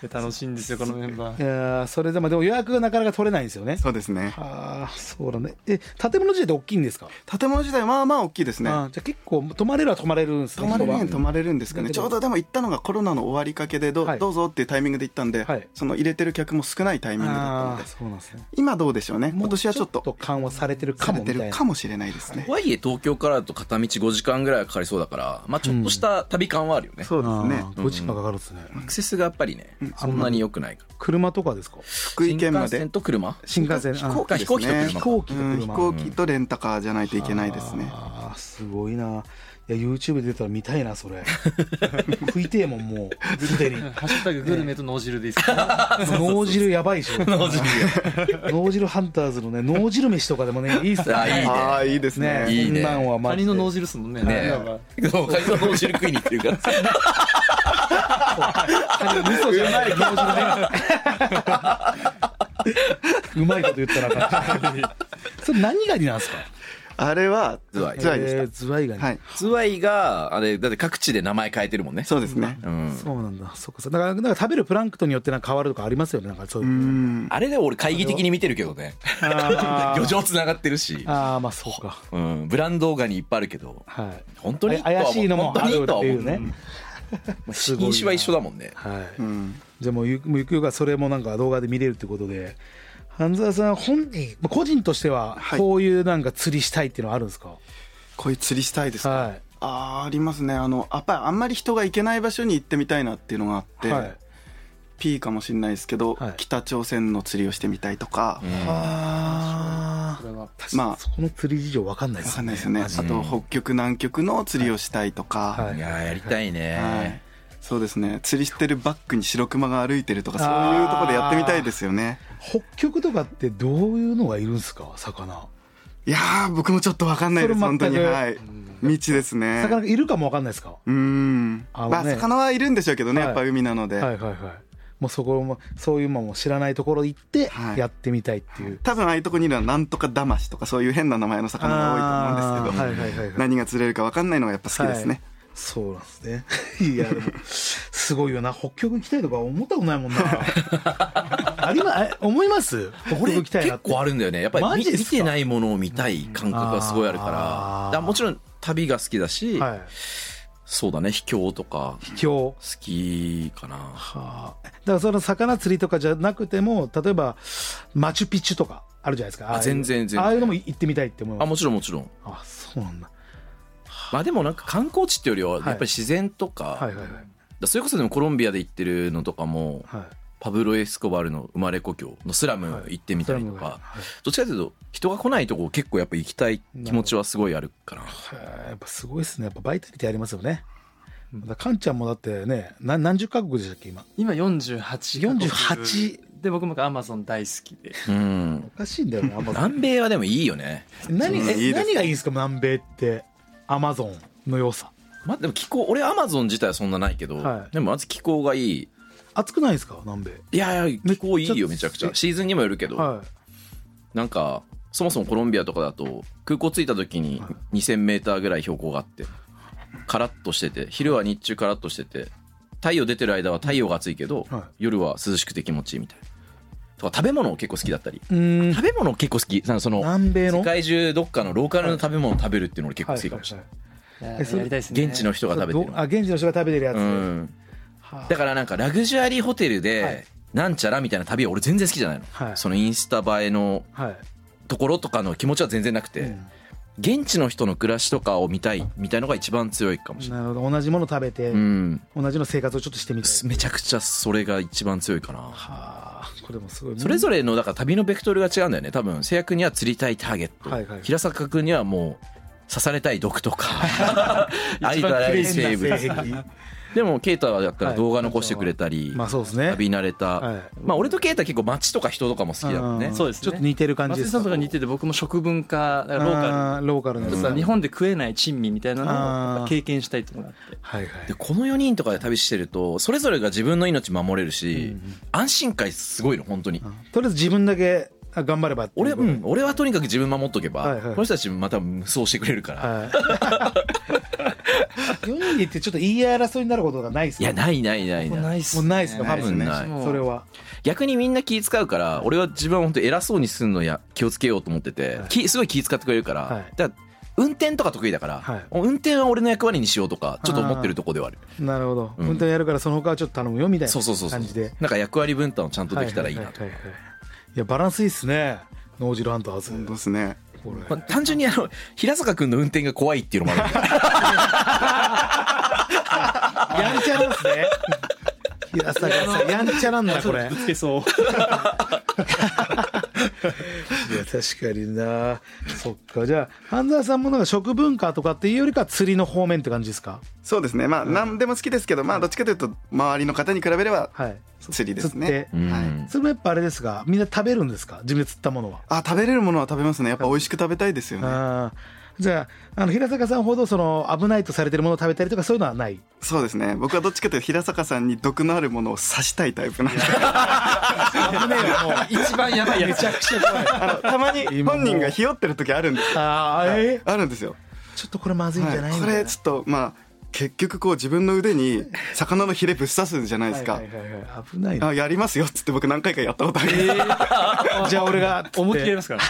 Speaker 5: で楽しいんですよこのメン
Speaker 2: い
Speaker 5: バー
Speaker 2: やーそれでもでも予約がなかなか取れないんですよね
Speaker 4: そうですね
Speaker 2: ああそうだねえ建物自体で大きいんですか、
Speaker 4: 建物自体まあまあ大きいですね
Speaker 2: あーじゃあ結構泊まれるは泊まれるんですね
Speaker 4: 泊まれる
Speaker 2: 人は
Speaker 4: ん泊まれるんですかね
Speaker 2: だけ
Speaker 4: ち
Speaker 2: ど
Speaker 4: ょうどでも行ったのがコロナの終わりかけでど,、
Speaker 2: はいう
Speaker 4: ぞっていうタイミングで行ったんで、
Speaker 2: はい
Speaker 4: その入れてる客も少ないタイミングだった
Speaker 2: あ
Speaker 4: の
Speaker 2: あ
Speaker 4: で
Speaker 2: そうなんですね
Speaker 4: 今どうでしょうね今年はちょっと
Speaker 2: 緩和されてるか
Speaker 4: され
Speaker 2: もみた
Speaker 4: て
Speaker 2: いな
Speaker 4: るかもしれないですね
Speaker 3: とはいえ東京からだと片道5時間ぐらいはかかりそうだから、まあちょっとした旅感はあるよね。
Speaker 4: そうですね
Speaker 2: あー5時間かかるんですね、
Speaker 3: アクセスがやっぱりね、そんなに良くないから。
Speaker 2: 車とかですか
Speaker 4: 福井県ま
Speaker 3: 新幹
Speaker 4: で
Speaker 3: 線と車
Speaker 2: 新幹線
Speaker 4: 飛行機
Speaker 3: あ飛行機と
Speaker 4: ですね
Speaker 3: 車
Speaker 2: 飛行機と
Speaker 4: うん飛
Speaker 2: 車
Speaker 4: 行機とレンタカーじゃないといけないですね。
Speaker 2: ああすごいないいや YouTube で出たら見たいなそれ *laughs* 食いてえもんも
Speaker 4: *laughs*
Speaker 2: うすでに
Speaker 6: ハッシュタググルメと脳汁でいいですか
Speaker 2: 脳汁やばいでし
Speaker 4: *laughs*
Speaker 2: ょ脳汁 *laughs* ハンターズのね脳汁飯とかでもねいいっすね
Speaker 3: あいいね
Speaker 4: ああいいですね
Speaker 2: ね
Speaker 3: いいね
Speaker 2: こんなんはマ
Speaker 5: カ
Speaker 2: ジ
Speaker 5: ニ
Speaker 2: で
Speaker 5: の脳汁っすもんね
Speaker 3: ね
Speaker 5: なんか
Speaker 3: えそうカニの脳汁食いに行ってるから
Speaker 2: 嘘じゃない脳汁ねうまいこと言ったな感じそれ何ガニなんですか
Speaker 4: あれは
Speaker 3: ズワイ
Speaker 4: ズワイでし
Speaker 2: えーズワイガ
Speaker 4: た
Speaker 2: ニ、
Speaker 4: はい
Speaker 3: ズワイがあれだって各地で名前変えてるもんね
Speaker 4: そうですね
Speaker 3: うん
Speaker 2: そうなんだそっかそっかだからなんか食べるプランクトンによってなんか変わるとかありますよねなんかそういう *laughs* う、
Speaker 4: ん
Speaker 3: あれで俺会議的に見てるけどね
Speaker 2: あ
Speaker 3: 漁
Speaker 2: ー
Speaker 3: 場つながってるし、
Speaker 2: あーまあそうか
Speaker 3: うん、ブランドガニいっぱいあるけど
Speaker 2: はい
Speaker 3: 本当に
Speaker 2: あ怪しいのもある
Speaker 3: 本当
Speaker 2: って
Speaker 3: に
Speaker 2: いうね、
Speaker 3: まあ品種は一緒だもんね
Speaker 2: はい
Speaker 4: うん
Speaker 2: じゃあもうゆもうゆくゆくはそれもなんか動画で見れるってことで半沢さん本人まあ個人としては
Speaker 4: はい
Speaker 2: こういうなんか釣りしたいっていうのはあるんですか、
Speaker 4: こういう釣りしたいですか
Speaker 2: は
Speaker 4: あーありますねあのやっぱりあんまり人が行けない場所に行ってみたいなっていうのがあっ
Speaker 2: い
Speaker 4: て、
Speaker 2: はい、
Speaker 4: P かもしれないですけど、
Speaker 2: はい
Speaker 4: 北朝鮮の釣りをしてみたいとか、
Speaker 2: あ
Speaker 6: これは
Speaker 2: ー
Speaker 4: まあ
Speaker 2: そこの釣り事情わかんないで
Speaker 4: わ
Speaker 2: す
Speaker 4: かんないですよね、
Speaker 2: マジ
Speaker 4: あと北極南極の釣りをしたいと
Speaker 2: は
Speaker 4: か、
Speaker 3: いやーやりたいね、
Speaker 4: はいそうですね釣りしてるバックに白クマが歩いてるとかそういうところでやってみたいですよね
Speaker 2: 北極とかってどういうのがいるんですか魚
Speaker 4: いやー僕もちょっとわかんないです
Speaker 2: それ
Speaker 4: 本
Speaker 2: 全く
Speaker 4: 当にはい未知ですね
Speaker 2: 魚がいるかもわかんないですか、
Speaker 4: うーん
Speaker 2: あのね
Speaker 4: まあ魚はいるんでしょうけどね、
Speaker 2: はい
Speaker 4: やっぱ海なので、
Speaker 2: はいはいはいもうそこもそういうまあもう知らないところ行って
Speaker 4: はい
Speaker 2: やってみたいっていう、
Speaker 4: 多分ああいうとこにいるのはなんとかだましとかそういう変な名前の魚が多いと思うんですけど、
Speaker 2: あーはいはいはいはい
Speaker 4: 何が釣れるかわかんないのがやっぱ好きですね、
Speaker 2: そうなんですね *laughs* いやでもすごいよな北極行きたいとか思ったことないも
Speaker 4: *laughs*
Speaker 2: んなありまえ思います北極行きたいなっ
Speaker 3: 結
Speaker 2: て
Speaker 3: 構あるんだよねやっぱり
Speaker 2: マ
Speaker 3: 見
Speaker 2: ジっすか
Speaker 3: 見てないものを見たい感覚がすごいあるから
Speaker 2: あー
Speaker 3: だからもちろん旅が好きだし、
Speaker 2: はい
Speaker 3: そうだね秘境とか
Speaker 2: 秘境
Speaker 3: 好きかな
Speaker 2: はあだからその魚釣りとかじゃなくても例えばマチュピチュとかあるじゃないですかああいう
Speaker 3: 全然全然
Speaker 2: ああいうのも行ってみたいって思い
Speaker 3: あ
Speaker 2: ます
Speaker 3: もちろんもちろん
Speaker 2: あそうなんだ
Speaker 3: まあでもなんか観光地っていうよりはやっぱり自然とか,、
Speaker 2: はいはいはい
Speaker 3: だそれこそでもコロンビアで行ってるのとかも
Speaker 2: はい
Speaker 3: パブロ・エスコバルの生まれ故郷のスラム行ってみたりとか、
Speaker 2: はい
Speaker 3: どっちかというと人が来ないとこ結構やっぱ行きたい気持ちはすごいあるから
Speaker 2: へえやっぱすごいですねやっぱバイタリティありますよねまだカンちゃんもだってねな何十カ国でしたっけ今
Speaker 5: 今48カ国
Speaker 2: 48
Speaker 5: で僕もアマゾン大好きで
Speaker 3: うん
Speaker 2: おかしいんだ
Speaker 3: *laughs*
Speaker 2: よねアマゾン
Speaker 3: 南米はでもいいよね
Speaker 2: 何が
Speaker 4: うんいいです
Speaker 2: 何がいいんですか南米ってアマゾンの良さ
Speaker 3: まあでも気候俺アマゾン自体はそんなないけど、
Speaker 2: はい
Speaker 3: でもまず気候がいい
Speaker 2: 暑くないですか南米
Speaker 3: いやいや気候いいよ
Speaker 2: め
Speaker 3: め
Speaker 2: っ
Speaker 3: ち
Speaker 2: ちゃ
Speaker 3: ゃくちゃシーズンにもよるけど、
Speaker 2: は
Speaker 3: なんかそもそもコロンビアとかだと空港着いた時に
Speaker 2: は
Speaker 3: 2000m ぐらい標高があってカラッとしてて昼は日中カラッとしてて太陽出てる間は太陽が暑いけど、
Speaker 2: は
Speaker 3: 夜は涼しくて気持ちいいみたいなとか食べ物結構好きだったり
Speaker 2: いうん
Speaker 3: 食べ物結構好きなんかその
Speaker 2: 南米の
Speaker 3: 世界中どっかのローカルの食べ物を食べるっていうの俺結構好きかもしれない
Speaker 2: はい
Speaker 5: いやや
Speaker 2: え
Speaker 5: り
Speaker 2: それ
Speaker 5: たいですね
Speaker 3: 現地の人が食べてる
Speaker 2: ど
Speaker 3: の
Speaker 2: あ現地の人が食べてるやつ、
Speaker 3: うん
Speaker 2: はあ
Speaker 3: だからなんかラグジュアリーホテル
Speaker 2: はい
Speaker 3: でなんちゃらみたいな旅は俺全然好きじゃないの、
Speaker 2: はい
Speaker 3: そのインスタ映えの
Speaker 2: はい
Speaker 3: ところとかの気持ちは全然なくて、現地の人の暮らしとかを見たいみたいのが一番強いかもしれない、
Speaker 2: なるほど同じもの食べて、
Speaker 3: うん、
Speaker 2: 同じの生活をちょっとしてみたい
Speaker 3: めちゃくちゃそれが一番強いかな
Speaker 2: はあこれもすごい
Speaker 3: それ
Speaker 2: れ
Speaker 3: ぞれのだから旅のベクトルが違うんだよね多分制約には釣りたいターゲット、
Speaker 2: はいはい
Speaker 3: 平坂君にはもう刺されたい毒とか *laughs* 愛とあらゆる生物でもケイタはだったら動画残してくれたり、
Speaker 2: まあそうですね
Speaker 3: 旅慣れた、
Speaker 2: はい
Speaker 3: まあ俺とケイタ結構街とか人とかも好きだもんね
Speaker 2: ん
Speaker 5: そうです
Speaker 2: ち
Speaker 5: ね
Speaker 2: ょっと似てる感じで
Speaker 5: 松井
Speaker 2: す
Speaker 5: さんとか似てて僕も食文化だからローカ
Speaker 2: ルローカルの
Speaker 5: ル
Speaker 2: や
Speaker 5: ちょ
Speaker 2: つ
Speaker 5: っと日本で食えない珍味みたいなの
Speaker 2: あ
Speaker 5: を
Speaker 2: ー
Speaker 5: やっぱ経験したいっていうのがあって
Speaker 2: はいはい
Speaker 3: でこの4人とかで旅してるとそれぞれが自分の命守れるし、安心感すごいの本当に
Speaker 2: とりあえず自分だけあ頑張ればっていう
Speaker 3: 俺,、うん、俺はとにかく自分守っとけば、
Speaker 2: はいはい
Speaker 3: この人たちまた無双してくれるから、 *laughs*
Speaker 2: はい、4人でってちょっと言い争いになることがないですか
Speaker 3: い、やないないないない
Speaker 5: いっ
Speaker 2: もうないですか
Speaker 3: 多分
Speaker 2: ファ
Speaker 3: ない
Speaker 2: ブスそれは
Speaker 3: 逆にみんな気使うから俺は自分は本当偉そうにするのや気をつけようと思ってて、
Speaker 2: はい
Speaker 3: きすごい気使ってくれるから,、
Speaker 2: はい
Speaker 3: だから運転とか得意だから、
Speaker 2: はい
Speaker 3: 運転は俺の役割にしようとかちょっと思ってるとこではある
Speaker 2: なるほど、
Speaker 3: うん
Speaker 2: 運転やるからその他はちょっと頼むよみたい
Speaker 3: そうそうそう
Speaker 2: な
Speaker 3: そ
Speaker 2: 感
Speaker 3: う
Speaker 2: じで
Speaker 3: なんか役割分担をちゃんとできたらいいなと、
Speaker 2: はいはいはいはいいやバランスいいっすね脳汁ハンターズ
Speaker 4: そうですね
Speaker 2: これ
Speaker 3: まあ、単純にあの平坂君の運転が怖いっていうのもある
Speaker 2: やんちゃなんす *laughs* ね平坂さんやんちゃなんだこれ
Speaker 5: ぶつけそう
Speaker 2: いや確かになそっかじゃあ半沢さんもなんか食文化とかっていうよりかは釣りの方面って感じですか
Speaker 4: そうですねまあ何でも好きですけどまあどっちかというと周りの方に比べれば
Speaker 2: はい
Speaker 4: 釣りですね
Speaker 2: 釣って
Speaker 3: うん
Speaker 4: は
Speaker 2: それもやっぱあれですがみんな食べるんですか自分で釣ったものは
Speaker 4: あ食べれるものは食べますねやっぱ美味しく食べたいですよね
Speaker 2: あーじゃああの平坂さんほどその危ないとされてるものを食べたりとかそういうのはない
Speaker 4: そうですね僕はどっちかというと平坂さんに毒のあるものを刺したいタイプなんで
Speaker 2: *laughs*
Speaker 6: 一番やばいやつ。
Speaker 4: あのたまに
Speaker 2: 今もう
Speaker 4: *laughs* 本人がひよってる時あるんですよ
Speaker 2: ああえ
Speaker 4: あるんですよ
Speaker 2: ちょっとこれまずいんじゃない
Speaker 4: はい
Speaker 2: み
Speaker 4: こ
Speaker 2: たい
Speaker 4: れ
Speaker 2: な
Speaker 4: ちょっとまあ結局こう自分の
Speaker 2: *laughs*
Speaker 4: 腕に魚のヒレぶっ刺すじゃないですか、
Speaker 2: はいはいはいはい危ないな
Speaker 4: あやりますよっつって僕何回かやったことあります、
Speaker 2: じゃあ俺が
Speaker 5: 思いっきりやり
Speaker 2: っ
Speaker 5: ますから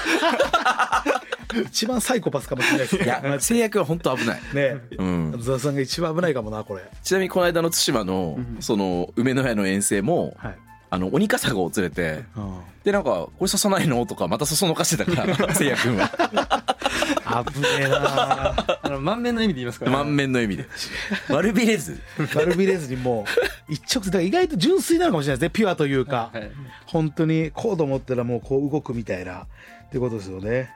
Speaker 2: て一番サイコパスかもしれないです
Speaker 3: いや
Speaker 2: ね
Speaker 3: 制約は本当危ない、
Speaker 2: ね
Speaker 3: うん、
Speaker 2: 津田さんが一番危ないかもなこれ
Speaker 3: ちなみにこの間の対馬のその梅の屋の遠征も
Speaker 2: はい
Speaker 3: あの鬼笠子を連れて
Speaker 2: うん
Speaker 3: でなんか「これ刺さないの?」とかまたそそのかしてたからせいや君は
Speaker 2: 危ねえ *laughs* な
Speaker 6: あの満面の意味で言いますから。
Speaker 3: 満面の意味で悪びれず
Speaker 2: 丸びれずにもう一直線だから意外と純粋なのかもしれないですねピュアというか、
Speaker 6: はい。
Speaker 2: 本当にこうと思ったらもうこう動くみたいなってことですよね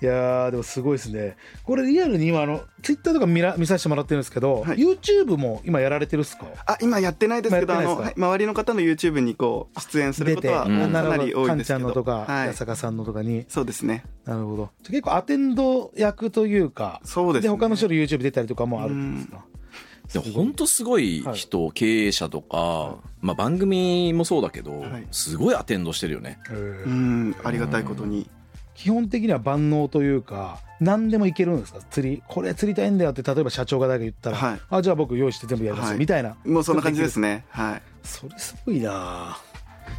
Speaker 2: いやーでもすごいですねこれリアルに今あのツイッターとか見ら見させてもらってるんですけど、
Speaker 4: はい
Speaker 2: YouTube も今やられてるっすか
Speaker 4: あ今やってないですけど
Speaker 2: やっ
Speaker 4: あ
Speaker 2: てないです
Speaker 4: の、
Speaker 2: か
Speaker 4: はい周りの方の YouTube にこう出演する
Speaker 2: 出
Speaker 4: こ
Speaker 2: て
Speaker 4: とはか
Speaker 3: ん
Speaker 2: あ
Speaker 4: な
Speaker 2: るほ
Speaker 4: り
Speaker 2: ど
Speaker 4: 多
Speaker 2: か
Speaker 4: い
Speaker 2: ん
Speaker 4: で
Speaker 2: ち
Speaker 4: す
Speaker 2: ゃん
Speaker 4: け
Speaker 2: の
Speaker 4: ど
Speaker 2: とか、
Speaker 4: は
Speaker 2: 八
Speaker 4: い、
Speaker 2: 坂さんのとかに
Speaker 4: そうですね
Speaker 2: なるほどじゃあ結構アテンド役というか
Speaker 4: そうですね
Speaker 2: 他の人の YouTube 出たりとかもあるんですか
Speaker 3: でも本当すごい人、経営者とか、まあ、番組もそうだけど、
Speaker 4: はい
Speaker 3: すごいアテンドしてるよね
Speaker 2: へー
Speaker 4: うんありがたいことに
Speaker 2: 基本的には万能というか何でもいけるんですか釣りこれ釣りたいんだよって例えば社長が誰か言ったら、
Speaker 4: はい
Speaker 2: あじゃあ僕用意して全部やりますよ、
Speaker 4: はい
Speaker 2: みたいな
Speaker 4: もうそんな感じですねはい
Speaker 2: それすごいな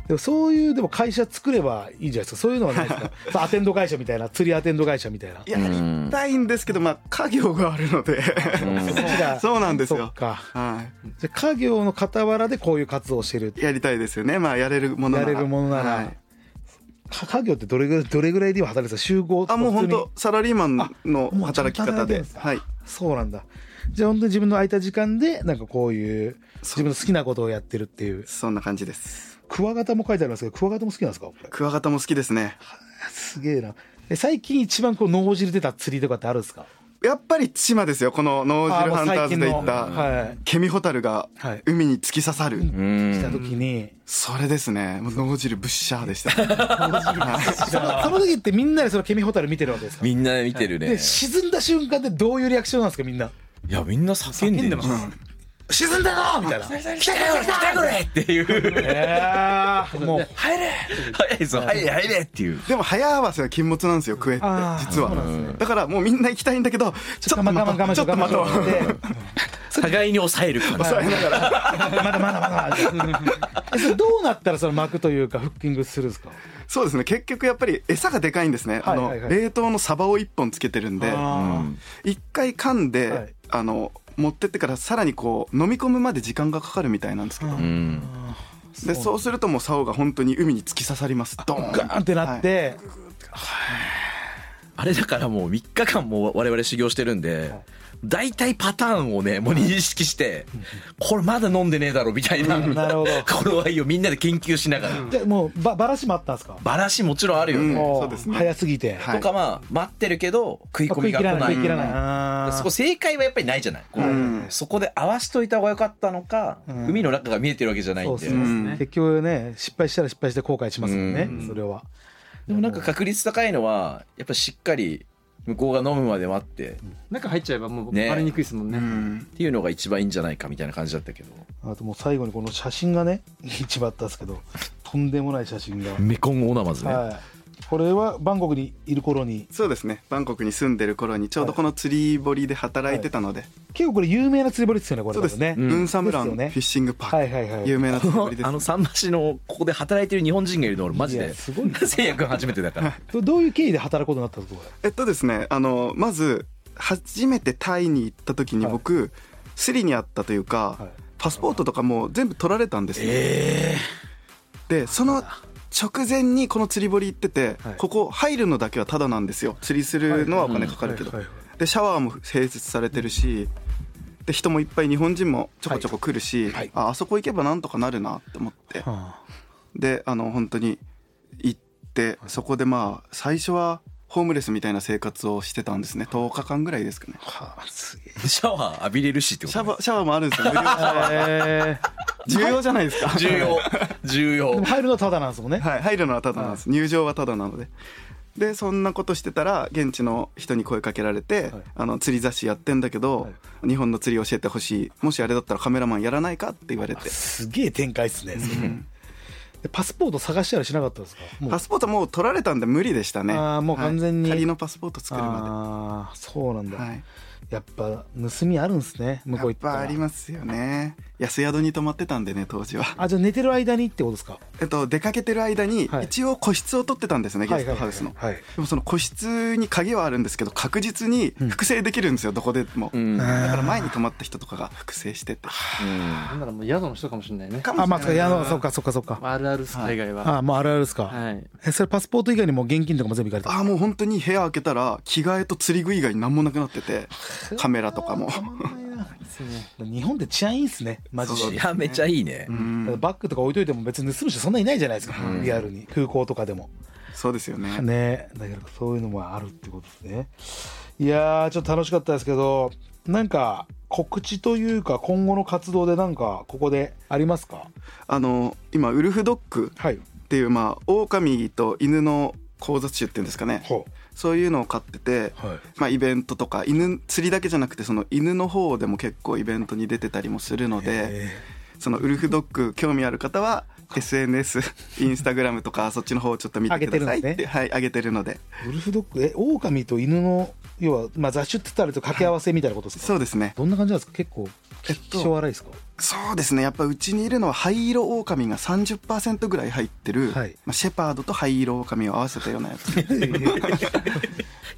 Speaker 2: でもそういうでも会社作ればいいじゃないですかそういうのはない
Speaker 4: *laughs*
Speaker 2: ですかそうアテンド会社みたいな釣りアテンド会社みたいな
Speaker 4: やりたいんですけどまあ家業があるので *laughs* そうなんです
Speaker 2: そっ
Speaker 4: よ
Speaker 2: か
Speaker 4: は
Speaker 2: じゃあ家業の傍らでこういう活動をしてる
Speaker 4: いやりたいですよねまあやれるものな
Speaker 2: や
Speaker 4: ら
Speaker 2: れるものなら、
Speaker 4: はい
Speaker 2: か家業ってどれぐらいどれぐらいで今働いてた集合
Speaker 4: あもう本当サラリーマンの
Speaker 2: もうちゃんと
Speaker 4: 働き方
Speaker 2: 働いてるん
Speaker 4: で
Speaker 2: ですか
Speaker 4: はい
Speaker 2: そうなんだじゃあ本当に自分の空いた時間でなんかこういう自分の好きなことをやってるっていう
Speaker 4: そんな感じです
Speaker 2: クワガタも書いてありますけどクワガタも好きなんですかこれ
Speaker 4: クワガタも好きですね
Speaker 2: すげえなえ最近一番こう脳汁出た釣りとかってあるんですか
Speaker 4: やっぱり千葉ですよこのノージルハンターズで行っ
Speaker 2: あーもう最近のは
Speaker 4: た
Speaker 2: い
Speaker 4: ケミホタルが
Speaker 2: はい
Speaker 4: 海に突き刺さる、
Speaker 3: うん
Speaker 2: した時に
Speaker 4: それですねもうノージルブッシャーでしたはい
Speaker 2: そのその時ってみんなでそのケミホタル見てるわけですか
Speaker 3: みんな見てるね、
Speaker 2: で
Speaker 3: い、
Speaker 2: 沈んだ瞬間ってどういうリアクションなんですかみんな
Speaker 3: やみんな叫んでる
Speaker 2: 沈んだぞみたいな *laughs*
Speaker 3: 来てくれ来てくれっていう
Speaker 2: えー、
Speaker 4: *laughs*
Speaker 2: もう
Speaker 3: 入れ早いぞ入れ入れっていう
Speaker 4: でも早合わせは禁物なんですよクエって
Speaker 2: あー
Speaker 4: 実
Speaker 2: そうなんです
Speaker 4: はだからもうみんな行きたいんだけどち
Speaker 2: ち
Speaker 4: ょ
Speaker 2: ょ
Speaker 4: っ
Speaker 2: っと
Speaker 4: と待
Speaker 2: 我慢我
Speaker 4: と
Speaker 2: 慢
Speaker 4: うちょっと待と
Speaker 2: 我慢
Speaker 4: う
Speaker 2: 我慢して
Speaker 3: 互いに抑える感じ
Speaker 4: 抑えながら
Speaker 2: まだまだまだまだ。 *laughs* えそれどうなったらその巻くというかフッキングするんですか。
Speaker 4: そうですね結局やっぱり餌がでかいんですね、
Speaker 2: はいはいはい
Speaker 4: あの冷凍のサバを1本つけてるんで
Speaker 2: あ
Speaker 4: 一回噛んで、
Speaker 2: はい
Speaker 4: あの持ってってからさらにこう飲み込むまで時間がかかるみたいなんですけど、
Speaker 3: うん
Speaker 4: でそうするともう竿が本当に海に突き刺さりますドーン
Speaker 2: ガーンってなって、
Speaker 3: あれだからもう3日間もう我々修行してるんで、大体パターンをね、もう認識して、これまだ飲んでねえだろみたいな、
Speaker 2: なるほど。
Speaker 3: 頃合いをみんなで研究しながら。
Speaker 2: じゃあもうばばらしもあったんですか。
Speaker 3: バラシもちろんあるよね。
Speaker 4: うん
Speaker 2: も
Speaker 4: そうですね
Speaker 2: 早すぎて。
Speaker 4: はい
Speaker 3: とかまあ、待ってるけど、食い込
Speaker 2: 食
Speaker 3: み
Speaker 2: い
Speaker 3: が
Speaker 2: 切
Speaker 3: 来
Speaker 2: ら
Speaker 3: な
Speaker 2: ない
Speaker 3: い。
Speaker 2: 食い切らない。あー
Speaker 3: そこ正解はやっぱりないじゃない。こう
Speaker 4: うん
Speaker 3: そこで合わしといた方が良かったのか、
Speaker 2: うん
Speaker 3: 海の中が見えてるわけじゃない
Speaker 2: そ
Speaker 3: ん
Speaker 2: うで
Speaker 3: で。
Speaker 2: す
Speaker 4: う
Speaker 2: ね。
Speaker 4: ん
Speaker 2: 結局ね失敗したら失敗して後悔しますもんね
Speaker 4: う。ん
Speaker 2: それは。
Speaker 3: でもなんか確率高いのは、やっぱしっかり向こうが飲むまで待って、
Speaker 6: 中入っちゃえばもう
Speaker 3: ね
Speaker 6: バレにくいですもん
Speaker 4: う
Speaker 6: ね。
Speaker 4: ん
Speaker 3: っていうのが一番いいんじゃないかみたいな感じだったけど。
Speaker 2: あともう最後にこの写真がね *laughs* 一番あったんですけどとんでもない写真が。
Speaker 3: メコンオナマズね。
Speaker 2: はい。これはバンコクにいる頃に
Speaker 4: そうですねバンコクに住んでる頃にちょうどこの釣り堀で働いてたので、
Speaker 2: 結構これ有名な釣り堀ですよねこれ
Speaker 4: そうですね
Speaker 2: ね。
Speaker 3: ん
Speaker 4: ウンサムラン
Speaker 2: ですよ
Speaker 4: フ
Speaker 2: ね
Speaker 4: ィッシングパーク、
Speaker 2: はいはいはい。
Speaker 4: 有名な釣り堀です、
Speaker 3: あ *laughs* の桟橋のここで働いてる日本人がいるの俺マジ
Speaker 2: い
Speaker 3: で
Speaker 2: やすごい
Speaker 3: *laughs*
Speaker 2: な
Speaker 3: せいや君初めてだから
Speaker 2: どどういう経緯で働くことになったんですかこ
Speaker 4: えっとですねあのまず初めてタイに行った時に僕、スリにあったというか、
Speaker 2: はい
Speaker 4: パスポートとかもう全部取られたんですよ、でその直前にこの釣り堀行ってて、
Speaker 2: はい
Speaker 4: ここ入るのだけはタダなんですよ釣りするのはお金かかるけど、
Speaker 2: はいはいはい
Speaker 4: でシャワーも併設されてるしで人もいっぱい日本人もちょこちょこ来るし、
Speaker 2: はい
Speaker 4: ああそこ行けばなんとかなるなって思って、
Speaker 2: れ。はあ
Speaker 4: であの本当に行っってそこでまあ最初はホームレスみたいな生活をしてたんですね10日間ぐらいですかね
Speaker 2: はあ、すげえ。
Speaker 3: シャワー浴びれるしってこ
Speaker 4: シャ
Speaker 3: と
Speaker 4: ワーシャワーもあるんですよ無料シャ
Speaker 2: *laughs*
Speaker 4: ワー *laughs* 重要じゃないですか
Speaker 3: 重要重
Speaker 2: で
Speaker 3: 要
Speaker 2: も入るのはただなんですもんね。
Speaker 4: *laughs* はい、入るのはただなんです、入場はただなのででそんなことしてたら現地の人に声かけられて、
Speaker 2: はい
Speaker 4: あの釣り雑誌やってんだけど、日本の釣り教えてほしいもしあれだったらカメラマンやらないかって言われて
Speaker 2: すげえ展開っすね。それでパスポート探したりしなかったですかもう
Speaker 4: パスポートもう取られたんで無理でしたね
Speaker 2: あーもう完全に
Speaker 4: はい仮のパスポート作るま
Speaker 2: ああ、そうなん
Speaker 4: で
Speaker 2: だ。
Speaker 4: はい
Speaker 2: やっぱ盗みあるんですね。向
Speaker 4: や
Speaker 2: こう
Speaker 4: っ
Speaker 2: 行ったら。
Speaker 4: ぱありますよね安宿に泊まってたんでね当時は
Speaker 2: あじゃあ寝てる間にってことですか。
Speaker 4: えっと出かけてる間に
Speaker 2: はい
Speaker 4: 一応個室を取ってたんですね、
Speaker 2: はい
Speaker 4: ゲストハウスの、
Speaker 2: はい。
Speaker 4: でもその個室に鍵はあるんですけど確実に複製できるんですよ、どこでも、
Speaker 3: うん
Speaker 4: だから前に泊まった人とかが複製してて
Speaker 6: なんならもう宿の人かもしれないね。
Speaker 2: あまあいやそっかそっかそっか。
Speaker 5: まああるあるっす海外は。
Speaker 2: あもうあるあるですか。
Speaker 5: はい。
Speaker 2: えそれパスポート以外にも現金とかも全部いかれた。
Speaker 4: ああもう本当に部屋開けたら着替えと釣り具以外に何もなくなっててカメラ
Speaker 2: *laughs*
Speaker 4: とかも
Speaker 2: たまんないな日本って治安いいっすね。マジ
Speaker 3: い
Speaker 2: で。
Speaker 3: やめちゃいいね
Speaker 4: うん
Speaker 2: バッグとか置いといても別に盗む人そんないないじゃないですか。リアルに空港とかでも。
Speaker 4: そうですよね
Speaker 2: ねだからそういうのもあるってことですねいやーちょっと楽しかったですけどなんか告知というか今後の活動でなんかここでありますか
Speaker 4: あの今ウルフドッグ
Speaker 2: はい
Speaker 4: っていうまあ狼と犬の交雑種っていうんですかね
Speaker 2: ほ
Speaker 4: そういうのを飼ってて、
Speaker 2: うはい
Speaker 4: まあ、イベントとか犬釣りだけじゃなくてその犬の方でも結構イベントに出てたりもするのでそのウルフドッグ興味ある方は
Speaker 2: *laughs*
Speaker 4: SNS インスタグラムとかそっちの方をちょっと見てくださいっ
Speaker 2: 上げてるん
Speaker 4: て
Speaker 2: です
Speaker 4: はい上げてるので
Speaker 2: ウルフドッグえ狼と犬の要は、まあ、雑種って言ったらあれと掛け合わせみたいなことですか、
Speaker 4: そうですね
Speaker 2: どんな感じなんですか結構
Speaker 4: えっと
Speaker 2: 気性荒いですか、
Speaker 4: そうですねやっぱうちにいるのは灰色狼が30%ぐらい入ってる、
Speaker 2: はい
Speaker 4: まあ、シェパードと灰色狼を合わせたようなやつ
Speaker 3: い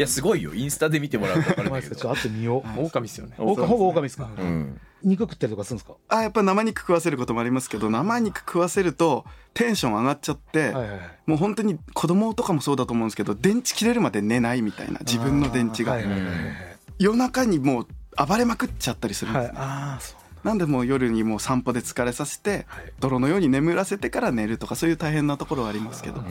Speaker 3: やすごいよインスタで見てもらうと分か
Speaker 2: お
Speaker 3: るんだ
Speaker 2: 前ちょ
Speaker 3: け
Speaker 2: っと
Speaker 3: ど
Speaker 2: あと見よう
Speaker 6: 狼っすよね。
Speaker 2: 狼ほぼ狼ですか、
Speaker 3: うん
Speaker 2: 肉食ったりとかするんですか
Speaker 4: あやっぱ生肉食わせることもありますけど生肉食わせるとテンション上がっちゃって、
Speaker 2: はいはいはい
Speaker 4: もう本当に子供とかもそうだと思うんですけど電池切れるまで寝ないみたいな自分の電池が、
Speaker 2: はいはいはいはい
Speaker 4: 夜中にもう暴れまくっちゃったりするんで
Speaker 2: は
Speaker 4: す
Speaker 2: い
Speaker 4: ね、
Speaker 2: ああそう
Speaker 4: なんでもう夜にもう散歩で疲れさせて、
Speaker 2: はい
Speaker 4: 泥のように眠らせてから寝るとかそういう大変なところはありますけど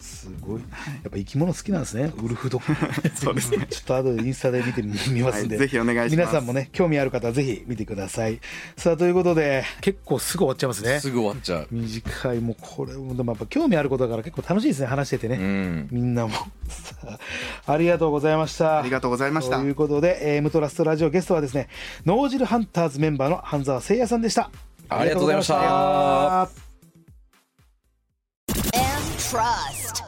Speaker 2: すごい。やっぱ生き物好きなんですね。ウルフドッグ。 *laughs* そうですね。ちょっと後でインスタで見てみ見ますんで、
Speaker 4: はいぜひお願いします
Speaker 2: 皆さんもね、興味ある方はぜひ見てください。さあ、ということで、結構すぐ終わっちゃいますね。
Speaker 3: すぐ終わっちゃう
Speaker 2: 短い、もうこれも、でもやっぱ興味あることだから結構楽しいですね、話しててね。
Speaker 3: うん
Speaker 2: みんなも。さあありがとうございました。
Speaker 4: ありがとうございました
Speaker 2: ということで、えー、ムトラストラジオゲストはですね、脳汁ハンターズメンバーの半沢聖也さんでした。
Speaker 3: ありがとうございました
Speaker 2: ありがとうございまし
Speaker 1: and
Speaker 2: た。
Speaker 1: trust.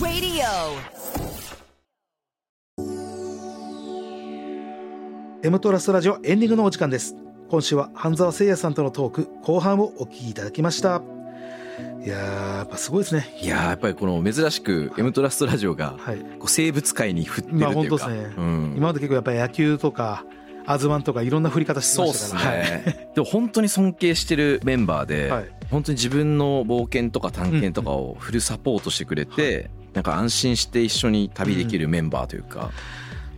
Speaker 1: Radio.
Speaker 2: M トラストラジオエンディングのお時間です今週は半沢聖也さんとのトーク後半をお聞きいただきましたいやーやっぱすごいですね
Speaker 3: いやーやっぱりこの珍しく「M トラストラジオ」が
Speaker 2: はい
Speaker 3: こう生物界に振ってるって
Speaker 2: まあ
Speaker 3: い
Speaker 2: 本
Speaker 3: う
Speaker 2: 当
Speaker 3: か、
Speaker 2: ですね
Speaker 3: うん
Speaker 2: 今まで結構やっぱり野球とかアズマンとかいろんな振り方して
Speaker 3: そう
Speaker 2: ま
Speaker 3: で
Speaker 2: し
Speaker 3: す
Speaker 2: たから
Speaker 3: ね。でも本当に尊敬してるメンバーで、
Speaker 2: はい
Speaker 3: 本当に自分の冒険とか探検とかをフルサポートしてくれて、なんか安心して一緒に旅できるメンバーというか、
Speaker 2: だか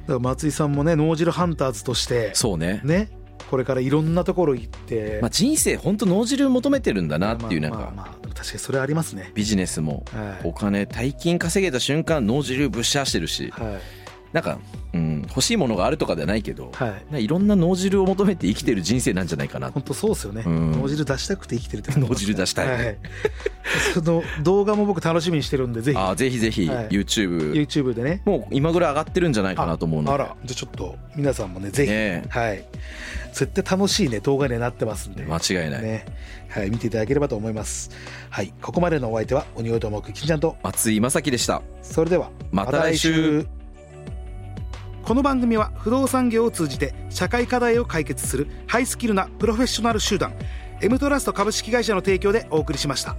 Speaker 2: ら松井さんもね脳汁ハンターズとして
Speaker 3: そうね。
Speaker 2: ねこれからいろんなところ行って
Speaker 3: まあ人生本当脳汁求めてるんだなっていうなん
Speaker 2: まあま
Speaker 3: か
Speaker 2: あまあ確かにそれありますね
Speaker 3: ビジネスも
Speaker 2: はい
Speaker 3: お金大金稼げた瞬間脳汁ぶっしゃしてるし、
Speaker 2: はい
Speaker 3: なんかうん欲しいものがあるとかではないけど、
Speaker 2: はい
Speaker 3: なんかいろんな脳汁を求めて生きてる人生なんじゃないかな。
Speaker 2: 本当そうですよね
Speaker 3: うん
Speaker 2: 脳汁出したくて生きてるってこと
Speaker 3: 脳汁出したい。
Speaker 2: はい、その動画も僕楽しみにしてるんでぜひ
Speaker 3: あーぜひぜひ
Speaker 2: はい
Speaker 3: YouTube、
Speaker 2: YouTube でね
Speaker 3: もう今ぐらい上がってるんじゃないかなと思うので。
Speaker 2: あらじゃあちょっと皆さんもねぜひ、
Speaker 3: ねえ
Speaker 2: はい絶対楽しいね動画にはなってますんで
Speaker 3: 間違いない。
Speaker 2: ねはい、見ていただければと思いますはいここまでのお相手は鬼越トモク金ちゃんと
Speaker 3: 松井正樹でした。
Speaker 2: それでは
Speaker 3: また来週
Speaker 2: この番組は不動産業を通じて社会課題を解決するハイスキルなプロフェッショナル集団 M トラスト株式会社の提供でお送りしました。